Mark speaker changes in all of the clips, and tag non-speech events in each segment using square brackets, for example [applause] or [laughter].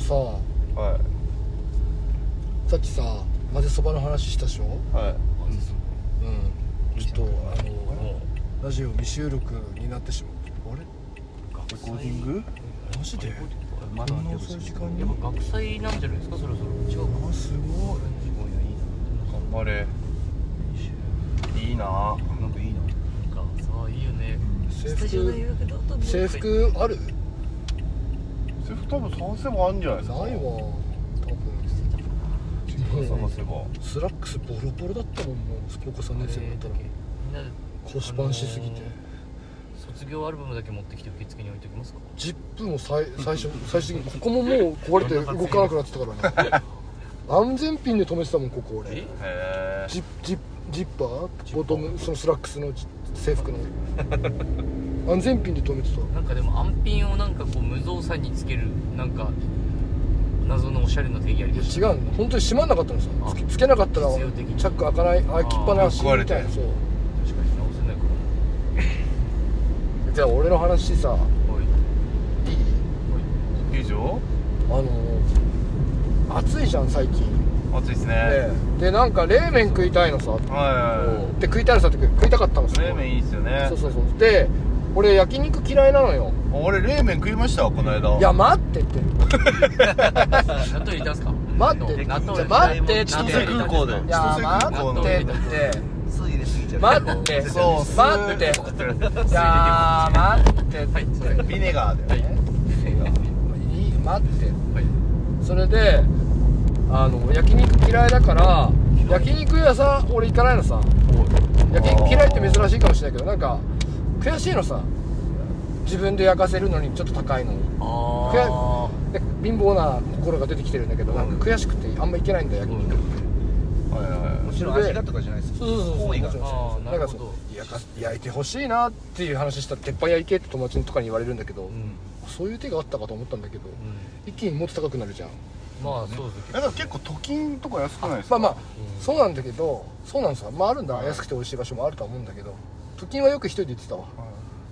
Speaker 1: さ
Speaker 2: は
Speaker 1: さっきさ混ぜそばの話したでしょうん
Speaker 2: いはい
Speaker 1: ちょっとあのラジオ未収録になってしまうあれ
Speaker 2: レコーディング
Speaker 1: マジで
Speaker 3: まだ
Speaker 1: こんな遅い時間に
Speaker 3: やっぱ学祭なんじゃないですかそろそろ違う
Speaker 1: あすごい
Speaker 2: 頑張れいいななんかいいな
Speaker 3: かなんかさあいいよね
Speaker 1: 制
Speaker 3: スタジオの
Speaker 1: 服
Speaker 3: 予約どうぞ
Speaker 1: 制服ある
Speaker 2: それ多分探せばあるんじゃないです
Speaker 1: ない
Speaker 2: か
Speaker 1: わ多分
Speaker 2: 探せば
Speaker 1: スラックスボロボロだったもんもう高校3年生になったら
Speaker 3: みんなで
Speaker 1: 腰パンしすぎて
Speaker 3: あのー卒業アルバムだけ持ってきて受付に置いておきますか
Speaker 1: ジップも
Speaker 3: [laughs]
Speaker 1: 最最初最終的にここももう壊れて動かなくなってたからね
Speaker 3: [laughs]
Speaker 1: 安全ピンで止めてたもんここ俺
Speaker 3: え
Speaker 2: へ
Speaker 1: ジッジッジッパーボトムそのスラックスのジ制服の安全ピンで止めてた
Speaker 3: なんかでも安ピンをなんかこう無造作につけるなんか謎のおしゃれな定義ありました
Speaker 1: いや違うの本当に閉まんなかったのさ
Speaker 3: あ
Speaker 1: つけつけなかったらチ
Speaker 3: 実用
Speaker 1: ャ
Speaker 3: 的に
Speaker 1: ック開かない開きっぱなし
Speaker 2: あー
Speaker 1: みたいなそう
Speaker 3: 確かに直せないか
Speaker 1: じゃあ俺の話さ
Speaker 3: らおい
Speaker 1: いい
Speaker 2: え以上
Speaker 1: あのー暑いじゃん最近、
Speaker 2: 暑いですね
Speaker 1: ねでなんか冷麺食いたいのさ
Speaker 2: は
Speaker 1: で食いたいのさって食いたかったの
Speaker 2: い
Speaker 1: さ
Speaker 2: 冷麺いいっすよね
Speaker 1: そうそうそうで俺焼肉嫌いなのよ
Speaker 2: 俺冷麺食いましたわこの間
Speaker 1: いや待ってって
Speaker 3: 納豆入れたんすか
Speaker 1: 待って
Speaker 3: 納豆
Speaker 1: じゃあ待って
Speaker 3: 納
Speaker 2: 千
Speaker 3: 豆
Speaker 2: 歳空港で
Speaker 3: 納豆入れたん
Speaker 1: い
Speaker 3: すか
Speaker 1: や
Speaker 2: 千歳空港
Speaker 1: 待
Speaker 2: の
Speaker 1: ってって
Speaker 4: ついですぎちゃう
Speaker 1: 待って
Speaker 2: そうす
Speaker 1: 待っていや待ってって、
Speaker 3: はいそれ
Speaker 2: ビネガーで
Speaker 3: はい
Speaker 1: いい待って
Speaker 3: はい
Speaker 1: それであの焼肉嫌いだから焼肉屋さん俺行かないのさ焼肉嫌いって珍しいかもしれないけどなんか悔しいのさ自分で焼かせるのにちょっと高いの
Speaker 3: あ
Speaker 1: で貧乏な心が出てきてるんだけどなんか悔しくてあんま行けないんだよ焼肉
Speaker 2: はいはい
Speaker 4: もちろん味がとかじゃないです
Speaker 1: そうそうそう
Speaker 4: 行為が
Speaker 1: そう
Speaker 3: あーな
Speaker 1: なん
Speaker 3: る
Speaker 1: か
Speaker 3: ほど
Speaker 1: そう焼か焼いてほしいなっていう話したら鉄板焼きって友達とかに言われるんだけど、
Speaker 3: うん
Speaker 1: そういう手があったかと思ったんだけど、
Speaker 3: う
Speaker 1: 一気にもっと高くなるじゃん
Speaker 3: んまあそうです
Speaker 2: えだから結構都金とか安くないです
Speaker 1: ま
Speaker 2: か
Speaker 1: あまあ、そうなんだけどそうなんですよまああるんだ安くて美味しい場所もあるとは思うんだけど都金はよく一人で行ってたわ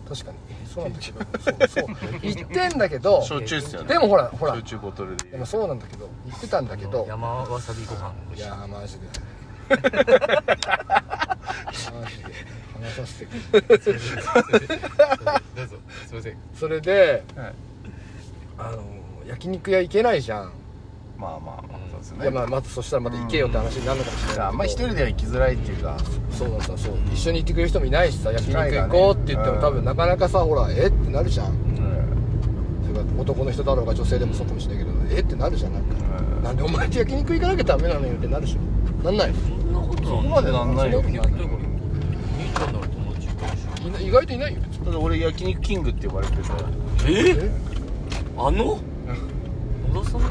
Speaker 1: 確かにそうなんだけどそうそう行ってんだけど
Speaker 2: 焼酎っすよね
Speaker 1: でもほらほら
Speaker 2: 焼酎ボトルで
Speaker 1: でもそうなんだけど行ってたんだけど
Speaker 3: 山わさびご飯美
Speaker 1: い
Speaker 3: 味しい
Speaker 1: やーマジでマジで話させてくれ
Speaker 3: どうぞすいません
Speaker 1: それで、
Speaker 2: はい
Speaker 1: あの焼肉屋行けないじゃん、
Speaker 2: まあまあまあそうです
Speaker 1: い
Speaker 2: ね
Speaker 1: やまあまずそしたらまた行けよって話になるのかもしれないけど
Speaker 2: あんまり一人では行きづらいっていうか
Speaker 1: そうださそう一緒に行ってくれる人もいないしさ焼肉
Speaker 2: 機会が
Speaker 1: 行
Speaker 2: ね
Speaker 1: こうって言っても、
Speaker 2: うん
Speaker 1: 多分なかなかさほらえってなるじゃん
Speaker 2: うん
Speaker 1: それから男の人だろうが女性でもそうかもしれないけどえってなるじゃんなんか、
Speaker 2: うん
Speaker 1: なんでお前って焼肉行かなきゃダメなのよってなるでしょなんない
Speaker 3: そんなこと
Speaker 2: そこまでなんないよ
Speaker 3: 肉とこれ兄ちゃんの友達いたでし
Speaker 1: いな意外といないよ別に
Speaker 2: ただ俺焼肉キングって呼ばれてて
Speaker 3: ょえあの野田さん
Speaker 1: あ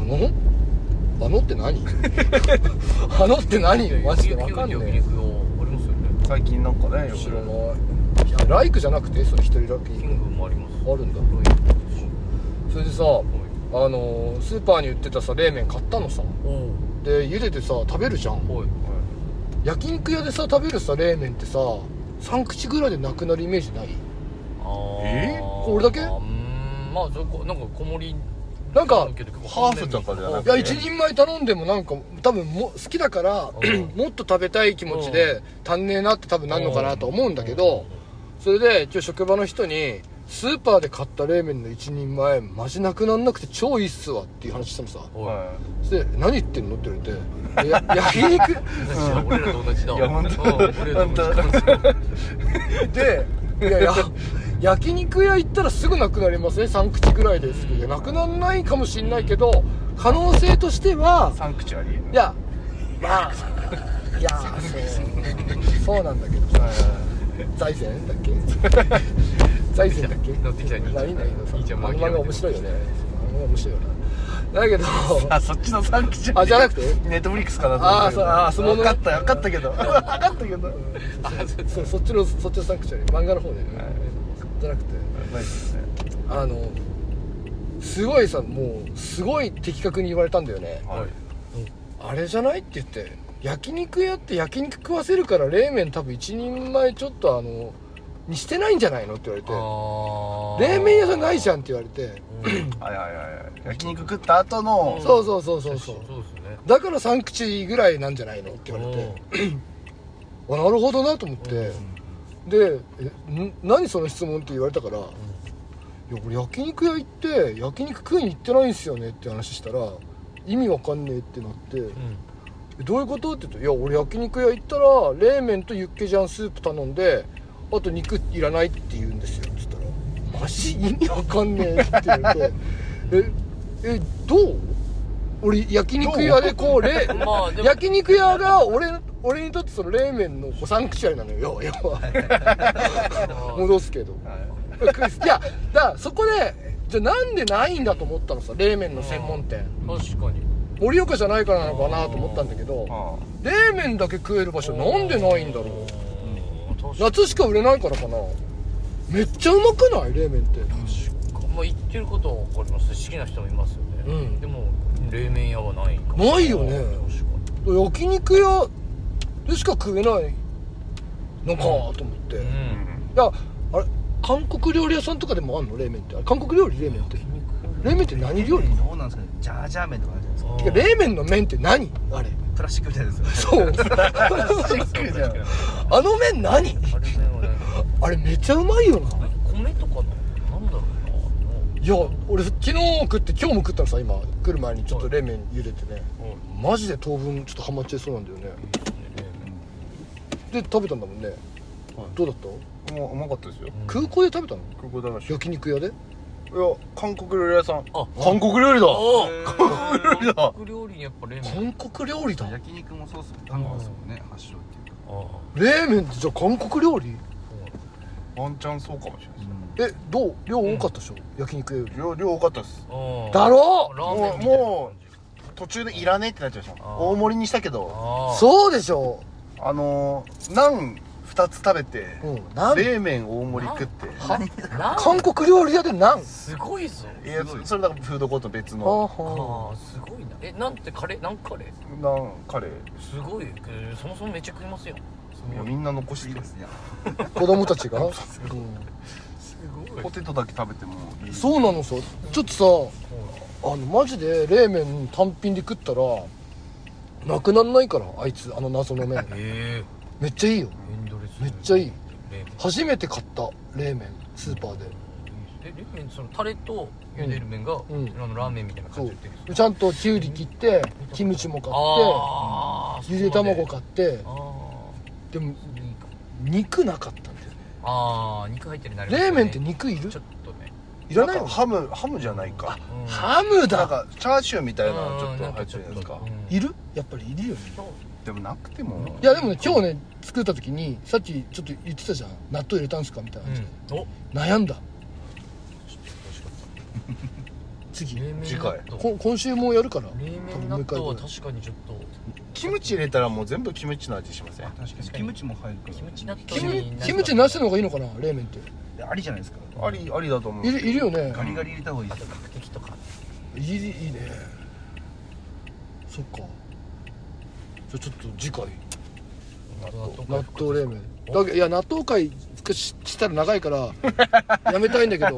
Speaker 1: のあのって
Speaker 3: [laughs]
Speaker 1: 何あのって何よマジで分かんね
Speaker 3: 焼
Speaker 1: え
Speaker 3: 肉をありますよね
Speaker 2: 最近なんかねよく
Speaker 1: 知らないいやライクじゃなくてそれ一人だけ
Speaker 3: キングもあります
Speaker 1: あるんだ
Speaker 3: ロイ
Speaker 1: それでさあのースーパーに売ってたさ冷麺買ったのさ
Speaker 3: おお
Speaker 1: で茹でてさ食べるじゃん
Speaker 3: おい
Speaker 1: 焼肉屋でさ食べるさ冷麺ってさ3口ぐらいでなくなるイメージない
Speaker 3: あー
Speaker 2: え
Speaker 1: これだけ
Speaker 3: うーんまあそこなんか小盛り
Speaker 1: なんか
Speaker 2: ハーフとかじゃなく
Speaker 1: いや一人前頼んでもなんか多分も好きだから
Speaker 3: うん
Speaker 1: [clears throat] もっと食べたい気持ちで足んねえなって多分なんのかなと思うんだけどそれで今日職場の人にスーパーで買った冷麺の一人前マジなくなんなくて超いいっすわっていう話したのさ
Speaker 3: おい
Speaker 2: は
Speaker 1: それで何言ってんのって言われていや焼肉
Speaker 3: [laughs] 俺らと同じだ
Speaker 2: いや本当
Speaker 3: うん俺らと同じ
Speaker 1: でいやいや焼肉屋行ったらすぐなくなりますね3口ぐらいですけどなくならないかもしれないけど可能性としてはい
Speaker 2: 3口ありえる
Speaker 1: いやまあいやそうそうなんだけどさ財前だっけ財前だっけ
Speaker 3: 乗ってきた
Speaker 1: 何
Speaker 3: 兄ちゃん
Speaker 1: だけどさ
Speaker 3: 兄ちゃんも
Speaker 1: あ
Speaker 3: 諦
Speaker 1: の
Speaker 3: めて
Speaker 1: 漫画面白いよねあの漫画面白いよなだけど
Speaker 2: あそっちの3口
Speaker 1: あじゃなくて
Speaker 2: ネットフリックスかなと
Speaker 1: あーそうあー相撲の
Speaker 2: 分かった分かったけど分かったけど
Speaker 1: そそっちのそっちのサンクチュアリ漫画の方でねじゃなくて
Speaker 2: ないですね
Speaker 1: あのすごいさもうすごい的確に言われたんだよね
Speaker 2: はい
Speaker 1: あれじゃないって言って焼肉屋って焼肉食わせるから冷麺多分一人前ちょっとあのにしてないんじゃないのって言われて
Speaker 3: あ
Speaker 1: 冷麺屋さんないじゃんって言われて
Speaker 2: はいはいはいはい焼肉食った後の
Speaker 3: うん
Speaker 1: そうそうそうそうそう
Speaker 3: そうですね
Speaker 1: だから3口ぐらいなんじゃないのって言われてあなるほどなと思って、でえん「何その質問」って言われたから「いや俺焼肉屋行って焼肉食いに行ってないんすよね」って話したら「意味わかんねえ」ってなって「えどういうこと?」って言うと「いや俺焼肉屋行ったら冷麺とユッケジャンスープ頼んであと肉いらないって言うんですよ」って言ったら「マジ意味わかんねえ」って言われて「ええどう俺焼肉屋でこう冷
Speaker 3: うんまあでも
Speaker 1: 焼肉屋が俺俺にとってその冷麺のこうサンクチュアリなのよ要は戻すけど
Speaker 2: はい
Speaker 1: いやだからそこでじゃあなんでないんだと思ったのさ冷麺の専門店
Speaker 3: 確かに
Speaker 1: 盛岡じゃないからなのかなと思ったんだけど冷麺だけ食える場所なんでないんだろう
Speaker 3: うん確か
Speaker 1: 夏しか売れないからかなめっちゃうまくない冷麺って
Speaker 3: にまあ言ってることは分かります好きな人もいますよね、
Speaker 1: うん
Speaker 3: でも冷麺屋はないかも
Speaker 1: ないよね
Speaker 3: 確か
Speaker 1: 焼肉屋でしか食えないのかと思って、
Speaker 3: に
Speaker 1: いうやあれ韓国料理屋さんとかでもあんの冷麺ってあれ韓国料理冷麺って冷麺って何料理
Speaker 4: どうなんですかねジャージャー麺とかあるじゃないですか
Speaker 1: てか冷麺の麺って何あれ
Speaker 4: プラスチックみたいですよね
Speaker 1: そう
Speaker 2: ックじゃん
Speaker 1: あの麺何
Speaker 3: あれ麺はね
Speaker 1: あれめちゃうまいよな
Speaker 3: 米とかななんだろう
Speaker 1: いや俺昨日食って今日も食ったのさ今来る前にちょっと冷麺茹でてねマジで当分ちょっとハマっちゃいそうなんだよねで食べたんだもんね、どうだった
Speaker 2: もううまかったですよ
Speaker 1: 空港で食べたの
Speaker 2: 空港だらしい
Speaker 1: 焼肉屋で
Speaker 2: や韓国料理屋さん
Speaker 3: あ
Speaker 2: 韓国料理だ
Speaker 3: お
Speaker 2: 韓国料理だ
Speaker 3: 韓国料理にやっぱ冷麺
Speaker 1: 韓国料理だ
Speaker 4: 焼肉もそうっすもん卵ですもんね発祥っていうか
Speaker 1: 冷麺ってじゃあ韓国料理
Speaker 2: ワンチャンそうかもしれないで
Speaker 1: えどう量多かったでしょ、焼肉屋より
Speaker 2: す量量多かったです
Speaker 1: だろ
Speaker 3: ラーメンみたいな感じ
Speaker 2: も途中でいらねえってなっちゃいました
Speaker 3: あー
Speaker 2: 大盛りにしたけど
Speaker 3: あう
Speaker 1: そうでしょ
Speaker 2: あのーナン2つ食べて
Speaker 1: うんナン
Speaker 2: 冷麺大盛り食って
Speaker 3: ラーメン
Speaker 1: 韓国料理屋でなん
Speaker 3: すごいぞ
Speaker 2: いやそれなんかフードコート別
Speaker 1: あー
Speaker 2: の
Speaker 1: は
Speaker 3: ああすごいなえなんてカレーなんカレー
Speaker 2: ナンカレー
Speaker 3: すごいえーそもそもめっちゃ食いますよす
Speaker 2: いやみんな残し
Speaker 4: いい
Speaker 2: て
Speaker 4: ですね
Speaker 1: ー子供たちが、う
Speaker 3: す
Speaker 2: ポテトだけ食べてもいい
Speaker 1: ん、そうなのさちょっとさあのマジで冷麺単品で食ったらなくなんないからあいつあの謎の
Speaker 3: [laughs]
Speaker 1: 麺
Speaker 3: え
Speaker 1: めっちゃいいよ
Speaker 3: えエンドレス
Speaker 1: めっちゃいい
Speaker 3: 冷麺
Speaker 1: 初めて買った冷麺スーパーで
Speaker 3: え冷麺そのタレと茹でる麺が、
Speaker 1: ん
Speaker 3: あのラーメンみたいな
Speaker 1: そ
Speaker 3: 感じで売ってるんです
Speaker 1: うちゃんときゅうり切ってキムチも買っ
Speaker 3: ああ
Speaker 1: てゆで卵買って
Speaker 3: あ
Speaker 1: でも
Speaker 3: あいいかも
Speaker 1: 肉なかったんだよね
Speaker 3: ああ肉入ってるなります
Speaker 1: 冷
Speaker 3: よね
Speaker 1: 麺って肉いる
Speaker 3: ちょっとね
Speaker 1: いらない
Speaker 2: ん
Speaker 1: の
Speaker 2: かハムハムじゃないか
Speaker 3: うん
Speaker 1: ハム
Speaker 2: なん
Speaker 1: だ
Speaker 2: かチャーシューみたいなのちょ
Speaker 3: う
Speaker 2: っ
Speaker 3: ん
Speaker 2: と
Speaker 3: な
Speaker 2: 入
Speaker 3: んか
Speaker 2: って
Speaker 3: ちょ
Speaker 2: る
Speaker 3: っ
Speaker 2: じゃ
Speaker 3: と
Speaker 2: ないですか
Speaker 3: うん
Speaker 1: いるやっぱりいるよね
Speaker 2: でもなくても
Speaker 1: いやでもね今日ね作った時にさっきちょっと言ってたじゃん納豆入れたんすかみたいな
Speaker 3: う
Speaker 1: 感じ
Speaker 3: ん
Speaker 1: で、
Speaker 3: お
Speaker 1: 悩んだ次
Speaker 3: 冷麺
Speaker 2: 次
Speaker 3: 納
Speaker 2: 回
Speaker 3: 豆
Speaker 1: こ今週もやるから多
Speaker 3: 冷
Speaker 1: 分もう
Speaker 3: 麺納
Speaker 1: 一回
Speaker 3: 豆
Speaker 1: ぐ
Speaker 3: は
Speaker 1: らい
Speaker 3: 確かにちょっと
Speaker 2: キムチ入れたらもう全部キムチの味しませんあ
Speaker 4: 確かにキムチも入るから
Speaker 3: キムチ納豆
Speaker 1: キム
Speaker 3: に
Speaker 1: キムチなしの方がいいのかな冷麺って
Speaker 4: いやありじゃないですか
Speaker 2: りありだと思う
Speaker 1: いるいるよね
Speaker 4: ガリガリ入れた方がいい
Speaker 3: あ
Speaker 4: です
Speaker 3: と
Speaker 4: よ
Speaker 3: 角的とか
Speaker 1: いいいいねそっかじゃあちょっと次回納豆冷麺だけいや納豆会ししたら長いからやめたいんだけど